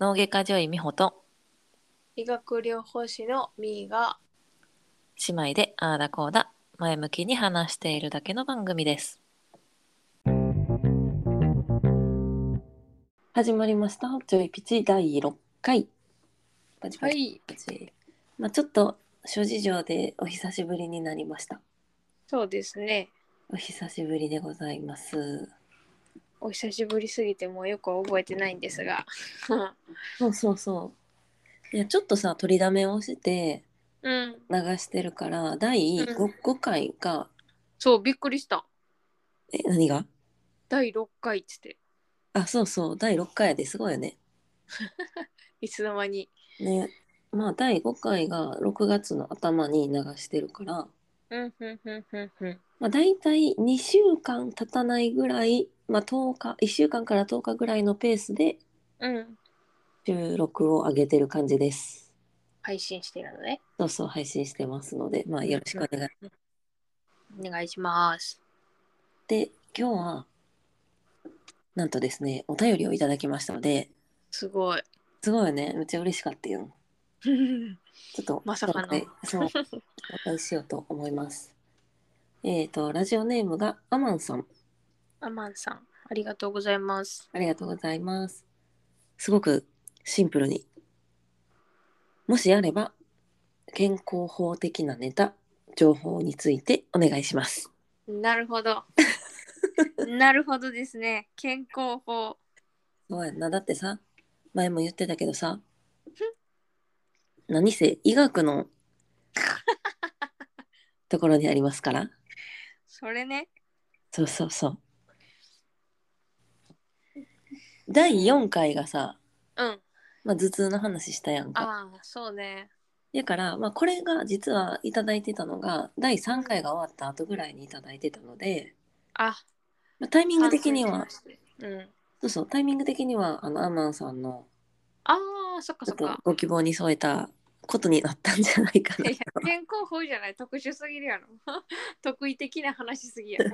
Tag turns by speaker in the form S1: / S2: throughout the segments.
S1: 脳外科女医美穂と
S2: 医学療法士のみーが
S1: 姉妹でああだこうだ前向きに話しているだけの番組です始まりましたちょいピチ第6回パチパチ
S2: い
S1: パチ、まあ、ちょっと諸事情でお久しぶりになりました
S2: そうですね
S1: お久しぶりでございます
S2: お久しぶりすぎてもうよくは覚えてないんですが
S1: そうそうそういやちょっとさ取りだめをして
S2: うん
S1: 流してるから第 5,、
S2: う
S1: 5回が
S2: そうびっくりした
S1: え何が
S2: 第6回っつって
S1: あそうそう第6回やですごいよね
S2: いつの間に
S1: ねまあ第5回が6月の頭に流してるから、
S2: うんうんうんうんうん
S1: まあ、大体2週間経たないぐらい、まあ、10日1週間から10日ぐらいのペースで
S2: うん
S1: 収録を上げてる感じです
S2: 配信してるのね
S1: そうそう配信してますので、まあ、よろしくお願いします
S2: お願いします
S1: で今日はなんとですねお便りをいただきましたのです
S2: ごい
S1: すごいよねめっちゃ嬉しかったよちょっと
S2: まさか
S1: 今
S2: の
S1: 回そうお願いしようと思いますえっ、とラジオネームがアマンさん
S2: アマンさんありがとうございます
S1: ありがとうございます。すごくシンプルに。もしあれば、健康法的なネタ、情報についてお願いします。
S2: なるほど なるほどですね健康法
S1: そうやんな。だってさ、前も言ってたけど さ、何せ医学のところにありますから。
S2: それね
S1: そうそうそう。第4回がさ、
S2: うん
S1: まあ、頭痛の話したやんか。
S2: ああそうね
S1: だから、まあ、これが実はいただいてたのが第3回が終わった後ぐらいにいただいてたので、
S2: あ
S1: まあ、タイミング的には
S2: うん
S1: そうそうタイミング的にはあのアマンさんの
S2: ああそっか
S1: ち
S2: そ
S1: ょっ
S2: っ
S1: と
S2: か
S1: ご希望に添えたことになったんじゃないか
S2: い
S1: な
S2: や健康法じゃない特殊すぎるやろ 得意的な話すぎやろ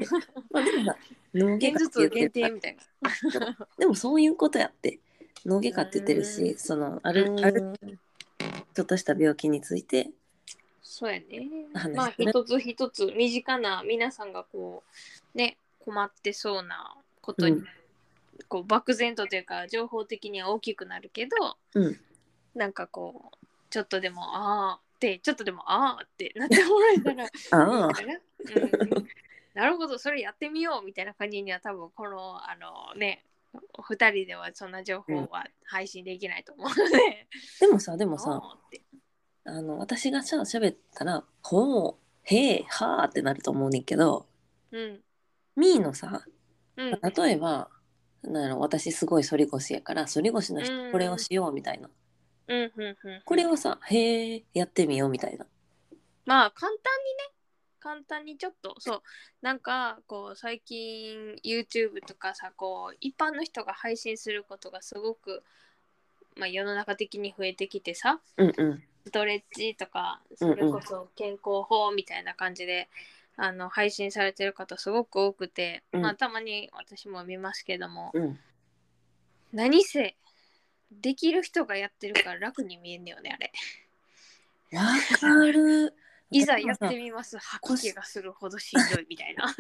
S1: まあでもさ脳外
S2: 現
S1: 科って
S2: 実
S1: 言
S2: を
S1: ってるか
S2: 限定
S1: ら
S2: みたいな
S1: でもそういうことやって脳外科って言ってるし
S2: う
S1: そのあるある
S2: うん
S1: ちょっとした病気について
S2: そうやね
S1: 話
S2: まあ
S1: ね
S2: 一つ一つ身近な皆さんがこうね困ってそうなことに、
S1: うん
S2: こう漠然とというか情報的には大きくなるけど
S1: うん
S2: なんかこうちょっとでもああってちょっとでもああってなってもらえたら
S1: ああ
S2: いいかなうんなるほどそれやってみようみたいな感じには多分このあのね2人ではそんな情報は配信できないと思うので、
S1: でもさでもさ
S2: あーって
S1: あの私がさ喋ったら「ほうへえはあ」ってなると思うねんけど
S2: うん
S1: ミーのさ
S2: うん
S1: 例えばなんやろ私すごい反り腰やから反り腰の
S2: う
S1: 人
S2: ん
S1: これをしようみたいな、
S2: うんうんうん
S1: これをさへえやってみようみたいな
S2: まあ簡単にね簡単にちょっとそうなんかこう最近 YouTube とかさこう一般の人が配信することがすごく、まあ、世の中的に増えてきてさ
S1: うんうん
S2: ストレッチとか
S1: うん
S2: そ
S1: うん
S2: れこそ健康法みたいな感じで、あの配信されてる方すごく多くて、
S1: うん
S2: まあ、たまに私も見ますけども
S1: うん
S2: 何せできる人がやってるから楽に見えんねよねあれ
S1: わかる
S2: いざやっ
S1: 私
S2: て
S1: もさ
S2: みます吐
S1: 腰
S2: き気がするほどしんどいみたいな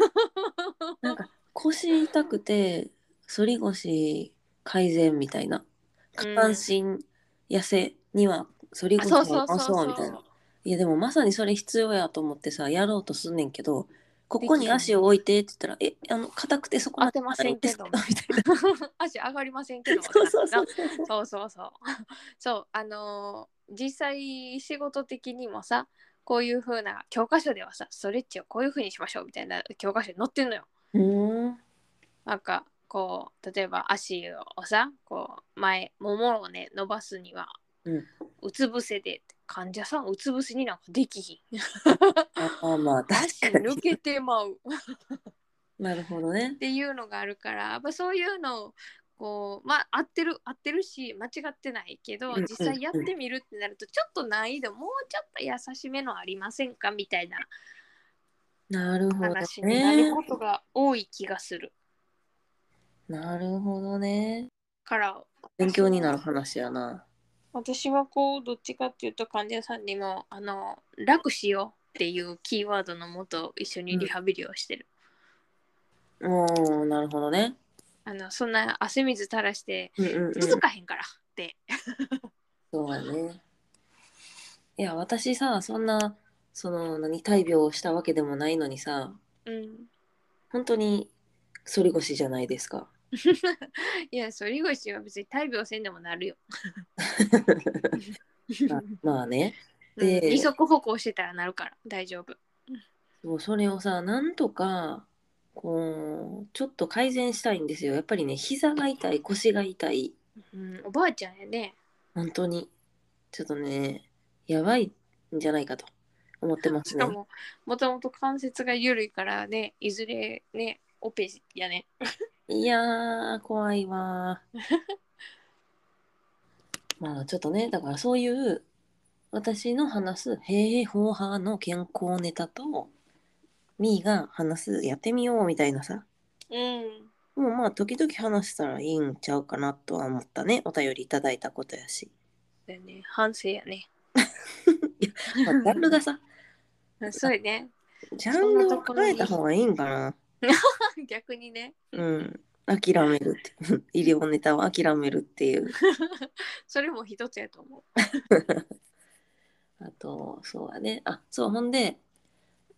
S1: なんか腰痛くて反り腰改善みたいな下半身痩せには反り
S2: あ
S1: 腰
S2: そ
S1: を
S2: うそうそ
S1: 治
S2: う
S1: そうみ
S2: そ
S1: たいうな。いやでもまさにそれ必要やと思ってさやろうとすんねんけどここに足を置いてって言ったら「えあの硬くてそこ
S2: 当てませんけど
S1: みたいな
S2: 足上がりませんけど
S1: そうそうそうそう
S2: そうそうそう そうあのー実際仕事的にもさこういう風な教科書ではさストレッチをこういう風にしましょうみたいな教科書に載ってんのよ
S1: うー ん
S2: なんかこう例えば足をさこう前ももをね伸ばすには、
S1: うん
S2: うつ伏せで患者さんうつ伏せになんかできひん
S1: ああまあ
S2: 足
S1: 確かに
S2: 抜けてまう
S1: なるほどね
S2: っていうのがあるから、まあ、そういうのをこうまあ合ってる合ってるし間違ってないけど
S1: うんうんうん
S2: 実際やってみるってなるとちょっと難易度もうちょっと優しめのありませんかみたいな
S1: なるほど
S2: 話にな
S1: ね
S2: ることが多い気がする。
S1: なるほどね。
S2: から
S1: 勉強になる話やな。
S2: 私はこうどっちかっていうと患者さんにもあの楽しようっていうキーワードのもと一緒にリハビリをしてる、
S1: おー、なるほどね。
S2: あのそんな汗水垂らして
S1: うんうん、うん。
S2: 続かへんからって、
S1: そうやね。いや、私さ、そんな、その、何、大病をしたわけでもないのにさ、
S2: うん、
S1: 本当に、反り腰じゃないですか。
S2: いや反り腰は別に大病せんでもなるよ、
S1: ままあね。
S2: うん
S1: で
S2: 二足歩行してたらなるから大丈夫
S1: もうそれをさ、なんとか、こう、ちょっと改善したいんですよ。やっぱりね、膝が痛い、腰が痛い、
S2: うん、おばあちゃんやね。
S1: 本当に、ちょっとね、やばいんじゃないかと思ってます
S2: し
S1: ね
S2: か。も、もともと関節が緩いからね、いずれね、オペやね。
S1: いやー、怖いわー。 まあちょっとね、だからそういう私の話す平方派の健康ネタと、みーが話すやってみようみたいなさ、
S2: うん。
S1: もうまあ時々話したらいいんちゃうかなとは思ったね、お便りいただいたことやし。
S2: だよね、反省や ね。
S1: まあ、ジャンルがさ、
S2: うんそうやね。
S1: ジャンルを変えた方がいいんかな。
S2: 逆にね、
S1: うん。諦めるって。 医療ネタを諦めるっていう。
S2: それも一つやと思う。
S1: あと、そうやね。あ、そう、ほんで、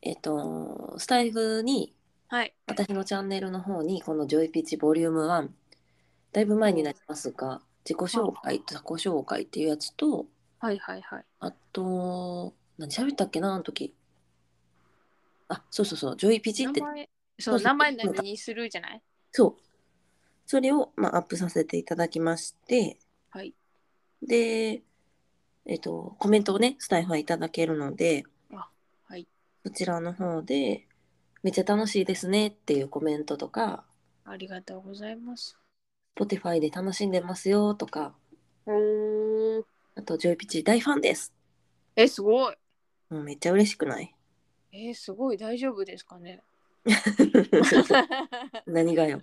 S1: えっと、スタイフに、
S2: はい。
S1: 私のチャンネルの方に、このジョイピッチボリューム1、だいぶ前になりますが、自己紹介、自己紹介っていうやつと、
S2: はいはいはい。
S1: あと、何喋ったっけな、あの時。あ、そうそうそう、ジョイピチっ
S2: 名
S1: て、
S2: 前、そう、名前何にするじゃない
S1: そう。それを、まあ、アップさせていただきまして、
S2: はい。
S1: で、えっと、コメントをね、スタイフはいただけるので、
S2: あはい。
S1: こちらの方で、めっちゃ楽しいですねっていうコメントとか、
S2: ありがとうございます。
S1: Spotify で楽しんでますよとか、
S2: おー。
S1: あと、ジョイピチ大ファンです。
S2: え、すごい。
S1: もうめっちゃ嬉しくない
S2: えーすごい。大丈夫ですか ね
S1: 何がよ。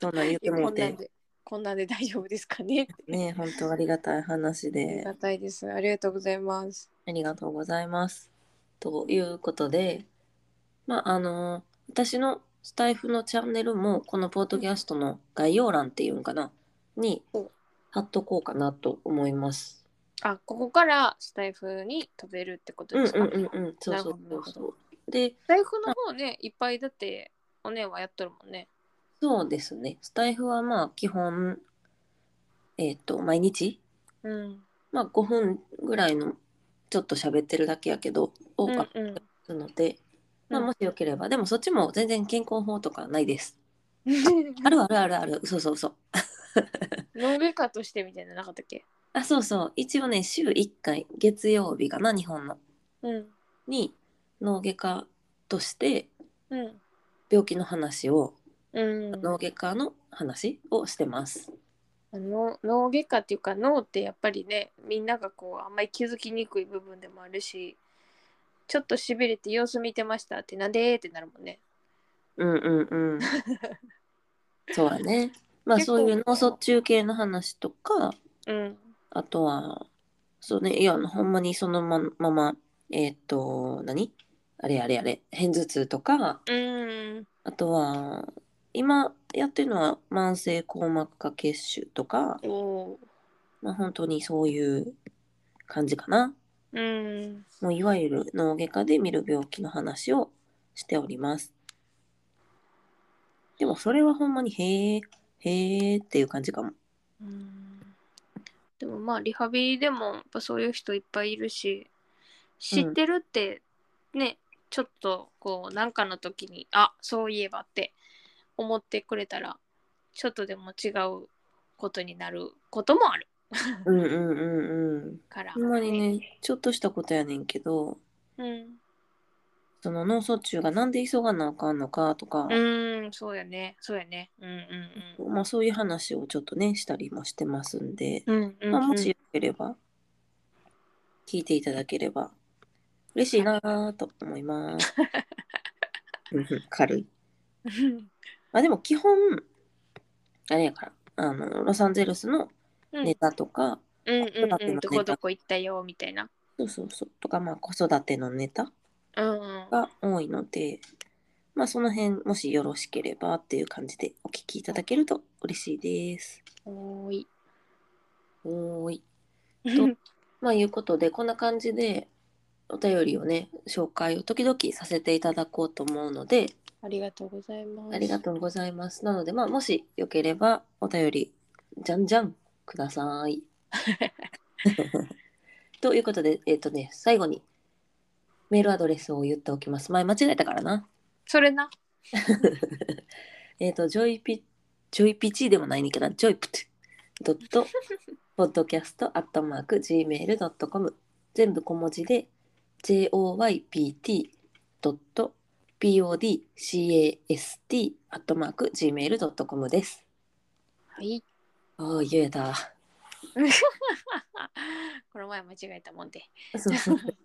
S1: そんなん言ってもう
S2: こ
S1: ん
S2: なん
S1: て、
S2: で、こんなんで大丈夫ですかね
S1: ね、本当ありがたい話
S2: あり
S1: で
S2: が、たいです。ありがとうございます。
S1: ありがとうございます。ということで、まあ、あの、私のスタイフのチャンネルも、このポートキャストの概要欄っていうんかな、に
S2: うん
S1: 貼っとこうかなと思います。
S2: あ、ここからスタイフに飛べるってこと
S1: うん
S2: ですか、
S1: うんうんうん、そうそう
S2: な
S1: そ
S2: る
S1: う
S2: ほど
S1: そう。で、
S2: スタイフの方ね、いっぱいだって、おねんはやっとるもんね。
S1: そうですね。スタイフはまあ基本、えっ、と、毎日、
S2: うん。
S1: まあ5分ぐらいのちょっと喋ってるだけやけど、を
S2: うん
S1: アップ
S2: うん
S1: するので、まあもしよければ、でもそっちも全然健康法とかないです。あるあるあるある、そうそうそう。
S2: 脳外科としてみたいなのなかったっけ
S1: あ、そうそう。一応ね、週1回、月曜日かな、日本の、
S2: うん。
S1: に脳外科として
S2: うん。
S1: 病気の話を、
S2: うん、
S1: 脳外科の話をしてます。
S2: 脳脳外科っていうか脳ってやっぱりねみんながこうあんまり気づきにくい部分でもあるしちょっとしびれて様子見てましたってなんでーってなるもんね
S1: うんうんうん。 そうだね。まあ
S2: 結構
S1: そういう脳卒中系の話とか、
S2: うん
S1: あとは、そうね、いや、ほんまにそのままま、えーっと、何あれあれあれ、片頭痛とか、
S2: うん
S1: あとは、今やってるのは慢性硬膜下血腫とか、
S2: おー
S1: まあ本当にそういう感じかな。
S2: うん
S1: もういわゆる脳外科で見る病気の話をしております。でもそれはほんまにへえ、へえっていう感じかも。
S2: うんでもまあリハビリでもやっぱそういう人いっぱいいるし知ってるってね、ちょっとこうなんかの時にあそういえばって思ってくれたらちょっとでも違うことになることもある
S1: うんうんうんうん。
S2: から、
S1: ほんまにね、ちょっとしたことやねんけど、
S2: うん
S1: その脳卒中がなんで急がなあかんのかとか
S2: う、ーんそうやねそうやねうんうん
S1: まあそういう話をちょっとね、したりもしてますんで、
S2: うんうんうん、
S1: まあ、もし
S2: し
S1: よければ、聞いていただければ、嬉しいなあと思います。うんうん軽い。まあでも基本あれやからあのロサンゼルスの
S2: うん
S1: ネタとか、
S2: うんうんう
S1: 子
S2: ん、
S1: 育てのネタ
S2: どこどこ行ったよみたいな。
S1: そうそうそうとかまあ子育てのネタ
S2: うんうん、
S1: が多いのでまあその辺もしよろしければっていう感じでお聞きいただけると嬉しいです。
S2: おーい。
S1: おーい。まあいうことでこんな感じでお便りをね紹介を時々させていただこうと思うので
S2: ありがとうございます。
S1: ありがとうございます。なのでまあもしよければお便りじゃんじゃんください。ということでえっ、とね最後にメールアドレスを言っておきます。前間違えたからな。
S2: それな。
S1: えっ、とジョイピジョイピチでもないねんけどジョイプチドットポッドキャストアットマーク gmail.com 全部小文字で joypt ドット podcast アットマーク gmail.com です。
S2: はい。
S1: ああ、言えた。
S2: この前間違えたもんで。
S1: そうそうそう。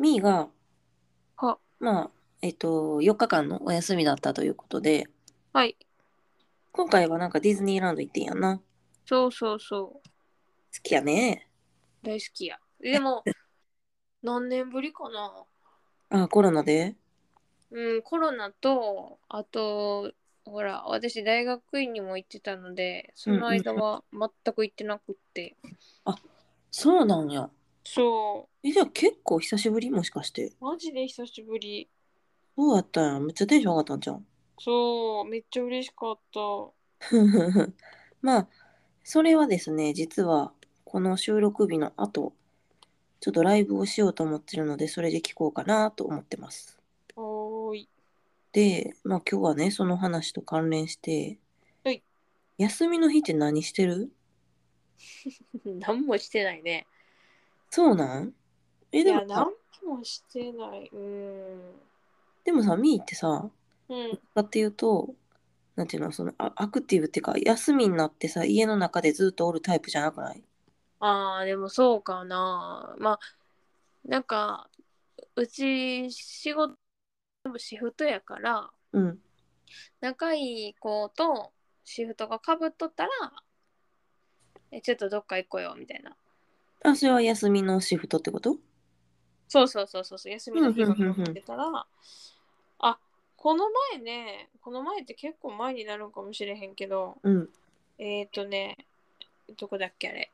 S1: みーが、
S2: は、
S1: まあ、えっと、4日間のお休みだったということで、
S2: はい。
S1: 今回はなんかディズニーランド行ってんやんな。好
S2: そうそうそう。
S1: きやね。
S2: 大好きや。でも、 何年ぶりかな。
S1: ああ、コロナで
S2: うん、コロナと、あと、ほら、私、大学院にも行ってたので、その間は全く行ってなくって。
S1: そうなんや。
S2: そ
S1: え、じゃあ結構久しぶりもしかして。
S2: う、マジで久しぶり。
S1: どうやったんやめっちゃテンション上がったんじゃん。
S2: そう、めっちゃ嬉しかった。
S1: まあ、それはですね、実は、この収録日の後、ちょっとライブをしようと思ってるので、それで聞こうかなと思ってます。
S2: おーい。
S1: で、まあ今日はね、その話と関連して、
S2: はい
S1: 休みの日って何してる
S2: 何もしてないね。
S1: そうなんえ、
S2: い
S1: で
S2: や、
S1: もさ
S2: 何、もしてない。うん。
S1: でもさ、ミーってさ、
S2: うん。
S1: だって言うと、なんていうの、そのアアクティブっていうか、休みになってさ、家の中でずっとおるタイプじゃなくない
S2: ああ、でもそうかな。まあ、なんか、うち仕事、全部シフトやから、
S1: うん。
S2: 仲いい子とシフトがかぶっとったら、え、ちょっとどっか行こうよ、みたいな。
S1: あ、それは休みのシフトってこと
S2: そうそうそうそうそう、休みの日が
S1: うんうんうんうん
S2: 被ってたら、あ、この前ね、この前って結構前になるんかもしれへんけど、
S1: うん。
S2: えっ、ー、とね、どこだっけあれ。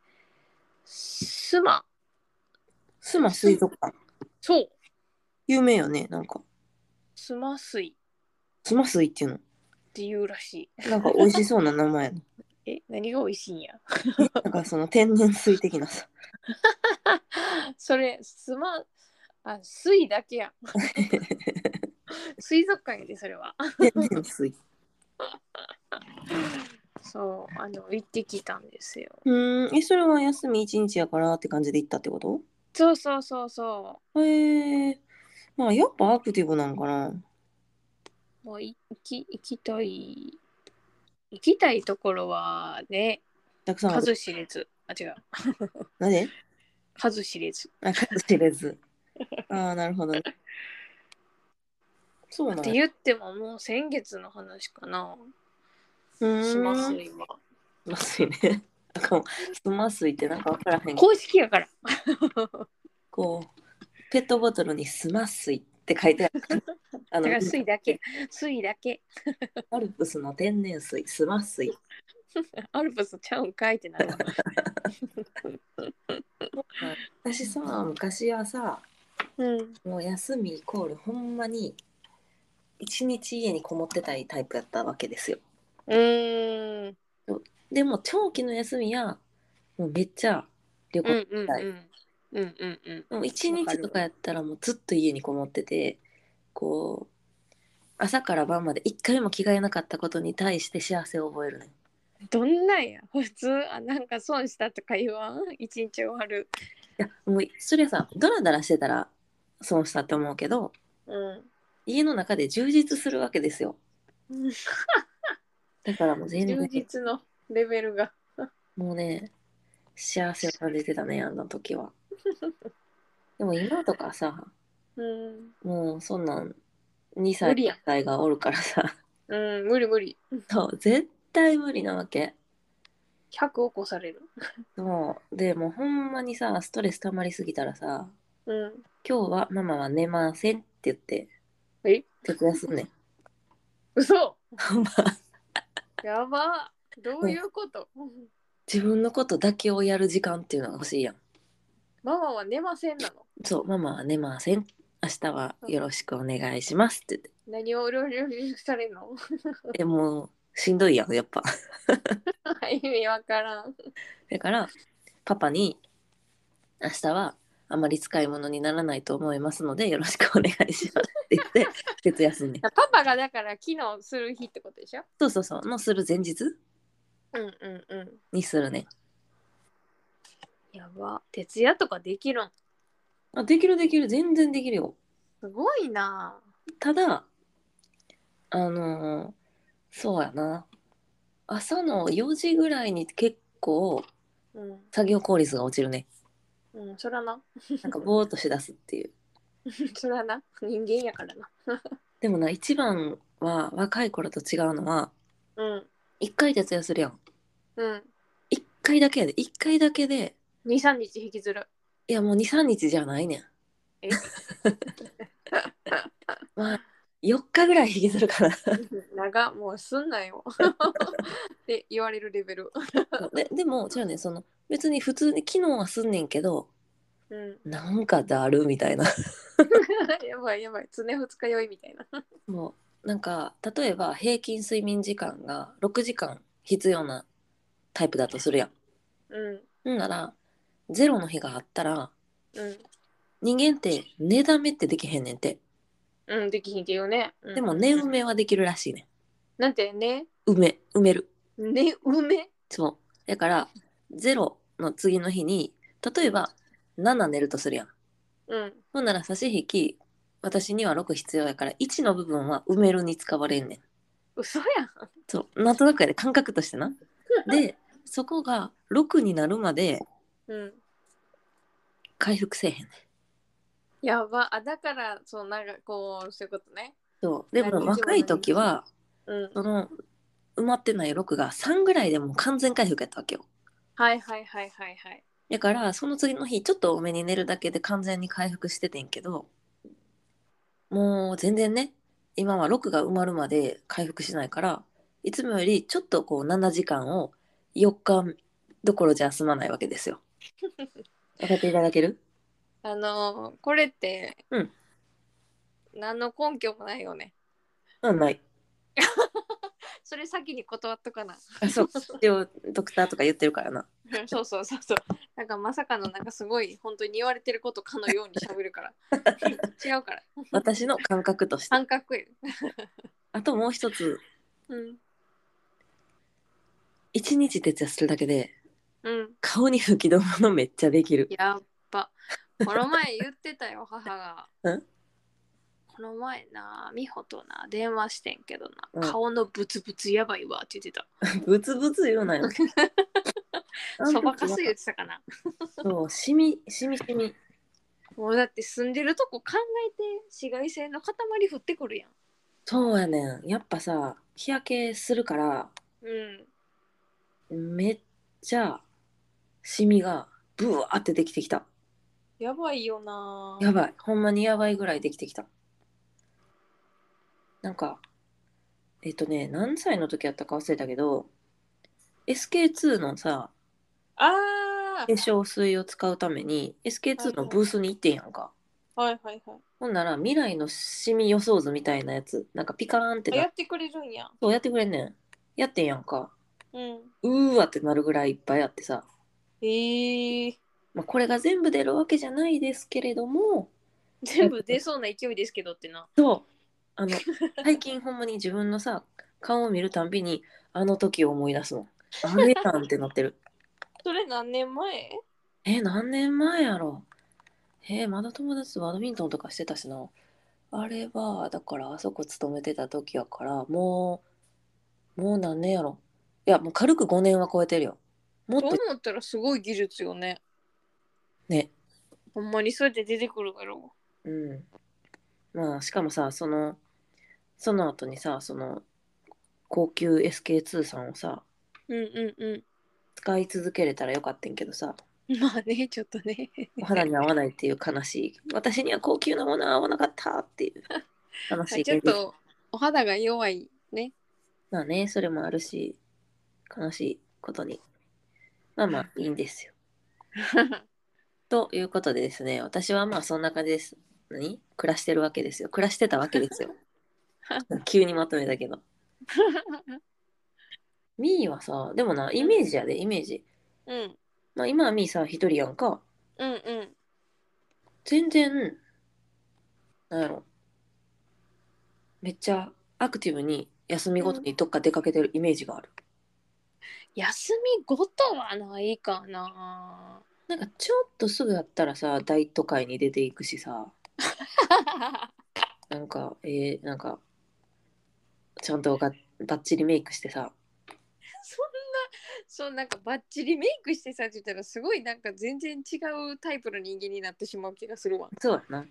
S2: スマ。
S1: スマ水族館。
S2: そう。
S1: 有名よね、なんか。
S2: スマ水っ
S1: スマ水っていう
S2: ていうらし
S1: の。なんか美味しそうな名前や な。
S2: い。え、何が美味しいんや。
S1: なんかその天然水的な さ。
S2: それ、スマ、あ、水だけやん。 水族館やで、それは。
S1: 天然水。
S2: そう、あの、行ってきたんですよ。
S1: うーん。え、それは休み一日やからって感じで行ったってこと
S2: そうそうそうそ
S1: へえ。まあ、やっぱアクティブなんかな。
S2: う。もうい行き、行きたい。行きたいところはね、
S1: たくさんある。
S2: 数知れず。あ、違う。
S1: なぜ
S2: 数知れず。
S1: あ、数知れず。ああ、なるほどね。そうなん
S2: って
S1: や
S2: 言ってももう先月の話かな。
S1: うーん。
S2: します
S1: す
S2: 今。
S1: ますいね。なんかもうすますいってなんかわからへんけど。
S2: 公式やから。
S1: こう、ペットボトルにすますいって書いてある。あ
S2: だ
S1: の
S2: か、ら水だけ。水だけ。
S1: アルプスの天然水、すますい。
S2: アルプスちゃうんかいってなるわ。
S1: 私さ、昔はさ、
S2: うん。
S1: もう休みイコールほんまに一日家にこもってたいタイプやったわけですよ。
S2: うーん。
S1: でも長期の休みやもうめっちゃ旅
S2: うん
S1: 行、
S2: うんうん。うんうんうん。
S1: もう一日とかやったらもうずっと家にこもっててこう朝から晩まで一回も着替えなかったことに対して幸せを覚えるねん
S2: どんなんや普通、あ、なんか損したとか言わん一日終わる。
S1: いやもうそれさドラドラしてたら損したと思うけど
S2: うん。
S1: 家の中で充実するわけですよ
S2: うん
S1: だからもう全
S2: 充
S1: 然
S2: 実のレベルが。
S1: もうね幸せを感じてたねあの時はでも今とかさ
S2: うん。
S1: もうそんなん2歳
S2: 無理や
S1: 1歳がおるからさ
S2: うん、無理無理。
S1: そう絶対無理なわけ
S2: 100を越される。
S1: そうでもうほんまにさストレス溜まりすぎたらさ
S2: うん。
S1: 「今日はママは寝ません」って言って
S2: え
S1: 徹夜すんねん
S2: 嘘
S1: ほんま
S2: やばどういうこと
S1: 自分のことだけをやる時間っていうのが欲しいやん
S2: ママは寝ませんなの
S1: そうママは寝ません明日はよろしくお願いしますって言
S2: 何を料理されんの
S1: ってでもうしんどいやんやっぱ
S2: 意味わからん。
S1: だからパパに「明日はあまり使い物にならないと思いますのでよろしくお願いします」って言って 徹夜すんねん
S2: パパがだから機能する日ってことでしょ
S1: そうそうそうのする前日
S2: うんうんうん。
S1: にするねん
S2: やば。徹夜とかできるん。
S1: あできるできる全然できるよ
S2: すごいな
S1: ただあのーそうやな朝の4時ぐらいに結構
S2: うん。
S1: 作業効率が落ちるね
S2: うん、そらな。
S1: なんかぼーっとしだすっていう
S2: そらな。人間やからな。
S1: でもな一番は若い頃と違うのは
S2: うん。
S1: 一回徹夜するやん
S2: うん。
S1: 一回だけやで一回だけで
S2: 2、3日引きずる。
S1: いやもう23日じゃないねん
S2: え
S1: まあ4日ぐらい引きずるかな
S2: 長もうすんなよ。 って言われるレベル。
S1: ででも違うねんその別に普通に機能はすんねんけど
S2: うん。
S1: なんかだるみたいな
S2: やばいやばい。常二日酔いみたいな。
S1: もうなんか例えば平均睡眠時間が6時間必要なタイプだとするやん
S2: うん。
S1: ほんならゼロの日があったら
S2: うん。
S1: 人間って寝だめってできへんねんて
S2: うん、できひんけどね。うん
S1: でも寝埋。めはできるらしいね
S2: なんてね、
S1: ん埋め埋める
S2: 寝埋め
S1: そうだからゼロの次の日に例えば7寝るとするやん
S2: うん。
S1: ほんなら差し引き私には6必要やから1の部分は埋めるに使われんねん
S2: 嘘やん。
S1: そうなんとなくやで感覚としてなでそこが6になるまで
S2: うん。
S1: 回復せえへんねん
S2: やば。あ、だから、そう、なんかこう、そういうことね。
S1: そうで
S2: なるほ
S1: も
S2: ど
S1: 若い時は
S2: うん。
S1: その埋まってない6が3ぐらいでもう完全回復やったわけよ
S2: はいはいはいはいはい。
S1: だからその次の日ちょっと多めに寝るだけで完全に回復しててんけどもう全然ね今は6が埋まるまで回復しないからいつもよりちょっとこう7時間を4日どころじゃ済まないわけ ですよ。分かっていただける
S2: あのー、これって、
S1: うん。
S2: 何の根拠もないよね。
S1: うんない。
S2: それ先に断っとかな。
S1: あそう一応ドクターとか言ってるからな。
S2: うんそうそうそうそう。なんかまさかのなんかすごい本当に言われてることかのように喋るから。 違うから。
S1: 私の感覚として。
S2: 感覚よ。
S1: あともう一つ
S2: うん。
S1: 一日徹夜するだけで
S2: うん。
S1: 顔に吹き止まのめっちゃできる。
S2: やっぱ。この前言ってたよ、母が。
S1: うん
S2: この前な、美穂とな、電話してんけどな、
S1: うん
S2: 顔のブツブツやばいわって言ってた。
S1: ブツブツ言 うなよ。
S2: そばかす言ってたかな。
S1: そう、しみ、しみしみ。
S2: もうだって住んでるとこ考えて、紫外線の塊降ってくるやん。
S1: そうやねん。やっぱさ、日焼けするから、
S2: うん。
S1: めっちゃ、シミが、ブワーってできてきた。
S2: やばいよな。
S1: やばい。ほんまにやばいぐらいできてきた。なんか、えっとね、何歳の時やったか忘れたけど、SK2 のさ、
S2: あ
S1: 化粧水を使うために、SK2 のブースに行ってんやんか。
S2: あはいはいは
S1: ほんなら、未来のシミ予想図みたいなやつ、なんかピカーンって
S2: い。あ
S1: な
S2: や
S1: っ
S2: ってくれるんや。
S1: そうやってくれんねん。やってんやんか。
S2: うん。
S1: うーわってなるぐらいいっぱいあってさ、
S2: ええ
S1: まあ、これが全部出るわけじゃないですけれども
S2: 全部出そうな勢いですけどってな。
S1: そうあの最近ほんまに自分のさ顔を見るたんびにあの時を思い出すのあれやんってなってる
S2: それ何年前
S1: え何年前やろえまだ友達とバドミントンとかしてたしなあれはだからあそこ勤めてた時やからもうもう何年やろいやもう軽く5年は超えてるよもっ
S2: そう
S1: と
S2: 思ったらすごい技術よね。
S1: ね
S2: ほんまにそうやって出てくるから。
S1: うん。まあ、しかもさ、その、その後にさその高級 SK2 さんをさ
S2: うんうんう
S1: 使い続けれたらよかったんけどさ
S2: ん。 まあね、ちょっとね。
S1: お肌に合わないっていう悲しい私には高級なものは合わなかったっていう悲 しい
S2: ちょっ
S1: 現実
S2: とお肌が弱いね。
S1: まあねそれもあるし悲しいことにまあまあいいんですよということでですね、私はまあそんな感じです。何暮らしてるわけですよ。暮らしてたわけですよ。急にまとめたけど。ミーはさ、でもな、イメージやで、イメージ。
S2: うん
S1: まあ、今はミーさ、一人やんか。
S2: うんうん。
S1: 全然、なんやろ。めっちゃアクティブに休みごとにどっか出かけてるイメージがある。
S2: 休みごとはないかな。
S1: なんかちょっとすぐやったらさ、大都会に出ていくしさ。なんか、えー、なんか、ちゃんとがバッチリメイクしてさ、
S2: そんな、そうなんかバッチリメイクしてさって言ったらすごいなんか全然違うタイプの人間になってしまう気がするわ。
S1: そうやな。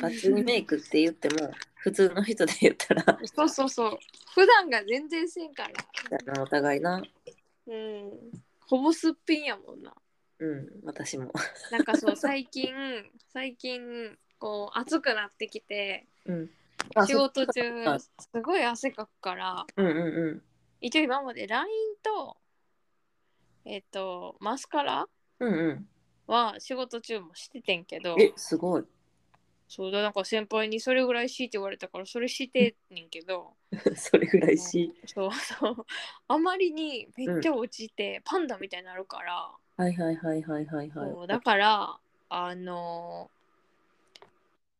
S1: バッチリメイクって言っても、普通の人で言ったら、
S2: そうそうそう。普段が全然せんから。
S1: だなお互いな。
S2: うん。ほぼすっぴんやもんな。
S1: うん、私も。
S2: なんかそう最近 最近こう暑くなってきて
S1: うん。
S2: 仕事中
S1: はい
S2: すごい汗かくから
S1: うんうんう
S2: 一応今まで LINE とえっ、とマスカラ
S1: ん。うんうん。
S2: は仕事中もしててんけど
S1: え、すごい。
S2: そうだなんか先輩にそれぐらいしいって言われたからそれしてねんけど
S1: それぐらいし。
S2: そう そうあまりにめっちゃ落ちてパンダみたいになるから、
S1: はいはいはいはいはいはい。
S2: そうだからあの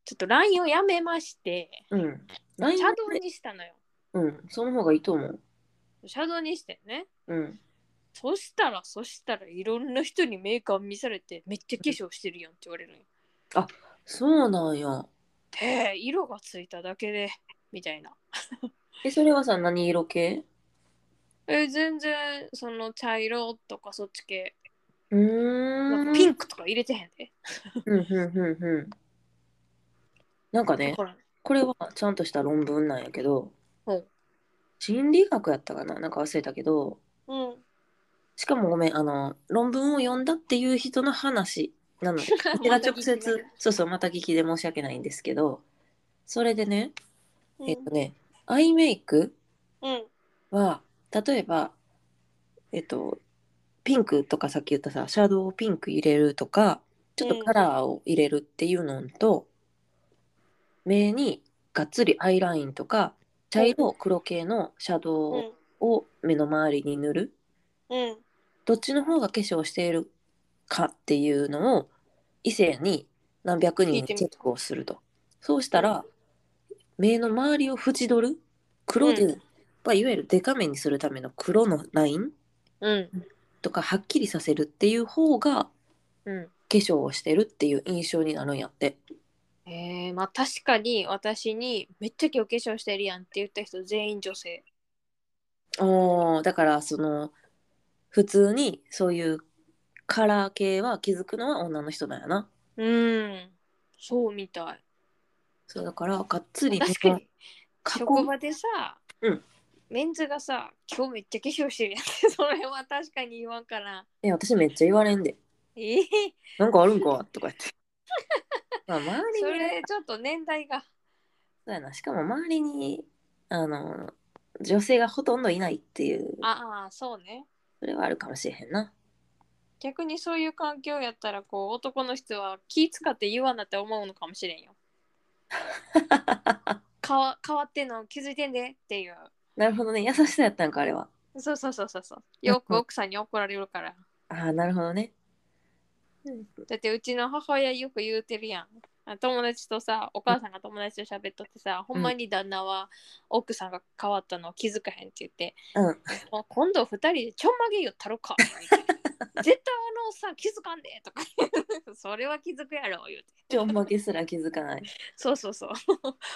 S2: ちょっと LINE をやめまして
S1: うん。
S2: シ
S1: LINE
S2: ャドウにしたのよ。
S1: うん、その方がいいと思う。
S2: シャドウにしてね。
S1: うん。
S2: そしたら、そしたらいろんな人にメーカー見されて、めっちゃ化粧してるやんって言われるん よ。
S1: そうなんや。
S2: へえ、色がついただけで、みたいな。
S1: え、それはさ、何色系
S2: え、全然、その茶色とかそっち系、
S1: う
S2: なん
S1: ー
S2: か
S1: ん。
S2: ピ
S1: ン
S2: ンクとか入れてへんで。
S1: うんうんうんうん。なんかね
S2: だ、から
S1: これはちゃんとした論文なんやけど、
S2: うん
S1: 心理学やったかななんか忘れたけど
S2: うん。
S1: しかもごめんあの論文を読んだっていう人の話な ので私が直
S2: また聞き
S1: 接そうそうまた聞きで申し訳ないんですけどそれでね
S2: うん
S1: えっとね、アイメイク
S2: うん。
S1: は例えばえっとピンクとかさっき言ったさシャドウをピンク入れるとかちょっとカラーを入れるっていうのと、目にがっつりアイラインとか茶色黒系のシャドウ
S2: うん。
S1: を目の周りに塗る
S2: うん。
S1: どっちの方が化粧しているかっていうのを異性に何百人にチェックをするとそうしたら目の周りを縁取る黒で、
S2: う
S1: まあ、いわゆるデカめにするための黒のライン
S2: うん。
S1: とかはっきりさせるっていう方が化
S2: う
S1: 粧をしてるっていう印象になるんやって
S2: ん。えー、まあ確かに私にめっちゃ今日化粧してるやんって言った人全員女性。
S1: おーだからその普通にそういうカラー系は気づくのは女の人なんやな
S2: うん。そうみたい。
S1: そうだからがっつり
S2: 確かに。
S1: 囲
S2: 職
S1: む
S2: 場でさ、
S1: うん
S2: メンズがさ「今日めっちゃ化粧してるやん」って それは確かに言わんから
S1: え私めっちゃ言われんで
S2: ええ
S1: なんかあるんかとか言って。まあ、周り
S2: そ
S1: に
S2: れちょっと年代が
S1: そうやなしかも周りにあの女性がほとんどいないっていう
S2: ああそうね
S1: それはあるかもしれへんな。
S2: 逆にそういう環境やったらこう男の人は気使って言わなって思うのかもしれんよかわ変わってんの気づいてんでっていう
S1: なるほどね優しさやったんかあれは。
S2: そうそうそうそうそうよく奥さんに怒られるから
S1: ああなるほどね。
S2: だってうちの母親よく言うてるやんあ友達とさお母さんが友達と喋っとってさ、ほんまに旦那は奥さんが変わったのを気づかへんって言って、
S1: うん
S2: もう今度二人でちょんまげ言ったろ かみたいな絶対あのおっさん気づかんでとかそれは気づくやろ言うて
S1: ちょんまげすら気づかない。
S2: そうそうそう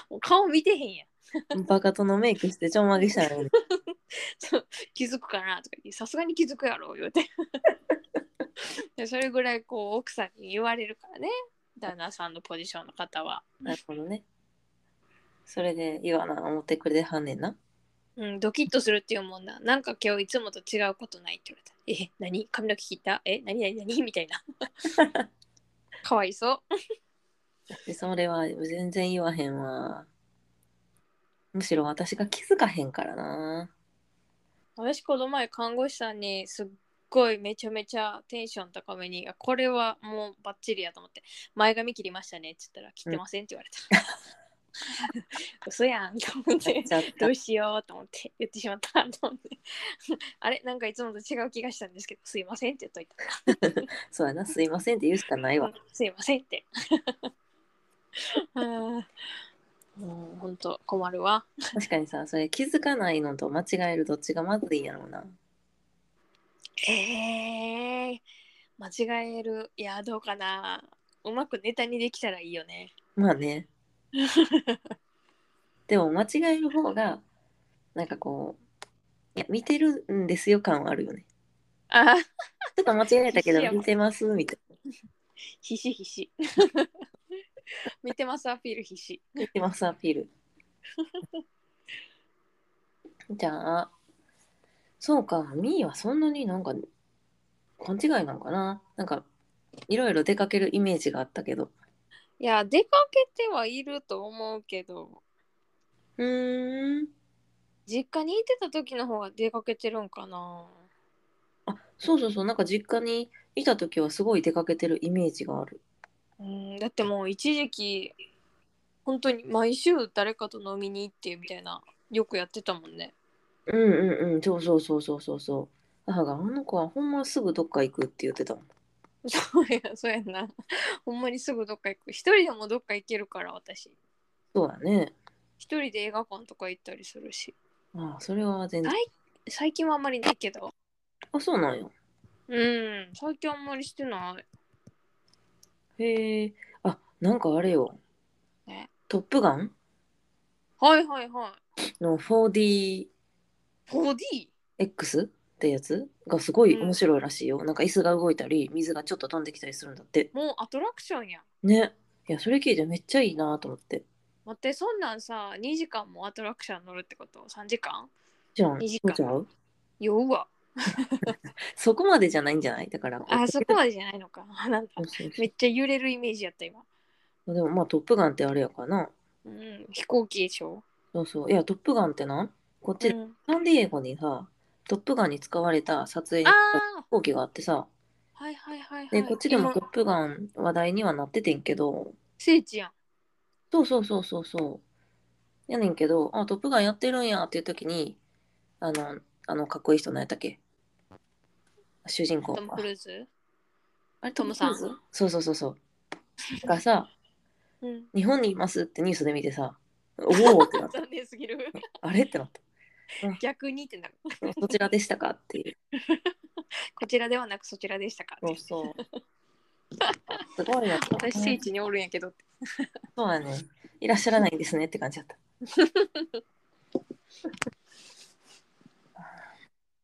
S2: もう顔見てへんやん
S1: バカ殿メイクしてちょんまげしたのに。
S2: そう 気づくかなとか言ってさすがに気づくやろ言うて でそれぐらいこう奥さんに言われるからね旦那さんのポジションの方は
S1: なるほどね。それで言わな思ってくれてはんねんな
S2: うん、ドキッとするっていうもんな。なんか今日いつもと違うことないって言われた。え、何髪の毛切ったえ、何何何みたいな。かわいそう。
S1: でそれは全然言わへんわむしろ私が気づかへんからな
S2: 私この前看護師さんにすっごいめちゃめちゃテンション高めにあこれはもうバッチリやと思って前髪切りましたねって言ったら切ってませんって言われた、嘘やんと思っ
S1: やってちゃっ
S2: ど
S1: た
S2: うしようと思って言ってしまったと思ってあれなんかいつもと違う気がしたんですけどすいませんって言っといた
S1: そうやなすいませんって言うしかないわ
S2: すいませんって。 あーもう本当困るわ。
S1: 確かにさそれ気づかないのと間違えるどっちがまずいんやろうな
S2: えー、間違える。いや、どうかな。うまくネタにできたらいいよね。
S1: まあ ねでも間違える方がなんかこういや見てるんですよ感はあるよね
S2: あ
S1: ちょっと間違えたけ
S2: 必死
S1: ど
S2: やもん
S1: 見てますみたい
S2: ひしひし。 見てますアピールひし。
S1: な見てますアピ ールじゃあそうかみーはそんなになんか勘違いなんかななんかいろいろ出かけるイメージがあったけど
S2: いや、出かけてはいると思うけど、
S1: うーん
S2: 実家にいてた時の方が出かけてるんかな。
S1: あそうそうそうなんか実家にいた時はすごい出かけてるイメージがある
S2: うん、だってもう一時期、本当に毎週誰かと飲みに行ってみたいな、よくやってたもんね。
S1: うんうんうんそうそうそうそうそうそう母があの子はほんますぐどっか行くって言ってたもん
S2: そうや、そうやんな。ほんまにすぐどっか行く。一人でもどっか行けるから、私。
S1: そうだね
S2: 一人で映画館とか行ったりするし。
S1: ああそれは全然
S2: はい最近はあんまりないけど。
S1: あそうなんよ
S2: うん、最近あんまりしてない。
S1: へえあなんかあれよ
S2: ね
S1: 「トップガン
S2: はいはいは」
S1: の 4DX
S2: い。4D?
S1: ってやつがすごい
S2: うん
S1: 面白いらしいよ、なんか椅子が動いたり水がちょっと飛んできたりするんだって
S2: もうアトラクションやん。
S1: ねいやそれ聞いてめっちゃいいなと思って
S2: 待って、そんなんさ、2時間もアトラクション乗るってこと ?3 時間
S1: じゃあ
S2: いい時
S1: 見
S2: 間
S1: ちゃう
S2: 酔うわ。
S1: そこまでじゃないんじゃないだからこう
S2: あ、そこまでじゃないのか。 なんか
S1: そう、そうそう
S2: めっちゃ揺れるイメージやった、今。
S1: でもまあ「トップガン」ってあれやからな
S2: うん、飛行機でしょ。
S1: そうそういや「トップガン」ってなこっ
S2: う
S1: ちで
S2: ん、
S1: サンディエゴにさ「トップガン」に使われた撮影
S2: あ
S1: 飛
S2: あ
S1: 行機があってさ
S2: ー、はいはいはいはい。
S1: でこっちでも「
S2: 今
S1: トップガン」話題にはなっててんけど
S2: 聖地やん。
S1: そうそうそうそうそうやねんけど「あトップガンやってるんや」っていう時にあのあのかっこいい人なんやったっけ主人公
S2: トム・クルーズ
S1: あれ
S2: トムさん
S1: クルーズそうそうそうそうがさ
S2: うん。
S1: 「日本にいます」ってニュースで見て さ「おお!」ってなった
S2: 残念すぎる。
S1: あれってなった
S2: 逆にってなる。
S1: どちらでしたかっていう
S2: こちらではなくそちらでしたか。
S1: そうそう。すごいな。
S2: 私聖地におるんやけどって。
S1: そうやね。いらっしゃらないんですねって感じだった。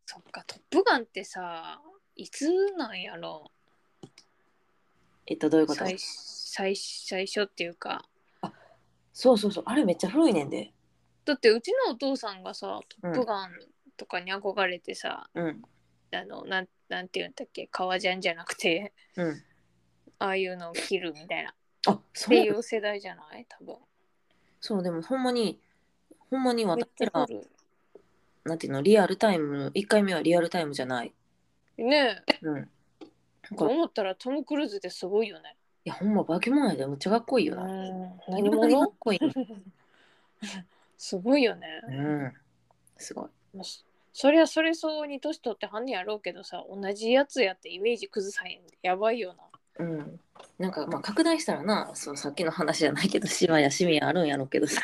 S2: そっか、トップガンってさ、いつなんやろ
S1: えっと、どういうこと
S2: 最最最初っていうか。
S1: そうそうそう。あれめっちゃ古いねんで。
S2: だってうちのお父さんがさ、ト
S1: うん
S2: ップガンとかに憧れてさ、
S1: うん。
S2: あの、なんなんていうんだっけ、革ジャンじゃなくて、
S1: うん。
S2: ああいうのを着るみたいな。っ
S1: あ、そ。
S2: ていうう世代じゃない多分。
S1: そう、でもほんまに、ほんまに
S2: め
S1: 私
S2: っちゃ
S1: ら、
S2: 古
S1: なんていうの、リアルタイム、1回目はリアルタイムじゃない。
S2: いねえ、
S1: うん。い
S2: と思ったらトム・クルーズってすごいよね。
S1: や、ほんま化け物やで。めっちゃかっこいいよな。
S2: うん、
S1: 何
S2: 何
S1: 者か
S2: 者
S1: っこいい。
S2: すごいよね。
S1: うん。すごい。
S2: もうそそりゃそれ相応に年取ってはんねやろうけどさ同じやつやってイメージ崩さへんでやばいよ
S1: う
S2: な。
S1: ん。なんか、まあ、拡大したらな、そう、さっきの話じゃないけど、島や市民あるんやろうけどさ。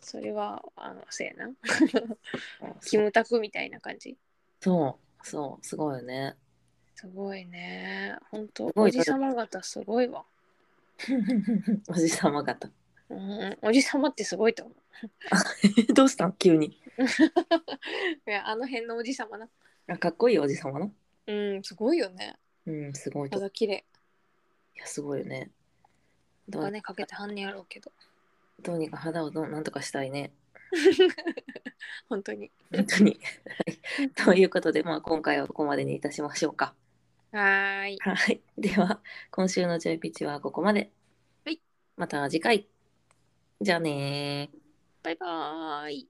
S2: それはあのせや なキムタクみたいな感じ。
S1: そう、そう、すごいよね。
S2: すごいね。本当
S1: ご
S2: お
S1: い努力
S2: じさま方すごいわ。
S1: おじさま方
S2: うん、おじさまってすごいと思 う。
S1: どうしたん急に
S2: いやあの辺のおじさまな。
S1: あかっこいいおじさまな
S2: うんすごいよね。
S1: うんすごいとい
S2: 肌綺麗。
S1: やすごいよねど
S2: お
S1: う
S2: 金かけてはんねやろうけど
S1: どうにか肌をどうなんとかしたい ね。
S2: 本当に
S1: 本当に。はい ということで、まあ、今回はここまでにいたしましょうか。
S2: はーい
S1: はい。では、今週のジョイピッチはここまで。
S2: はい。
S1: また次回。じゃあねー。
S2: バイバーイ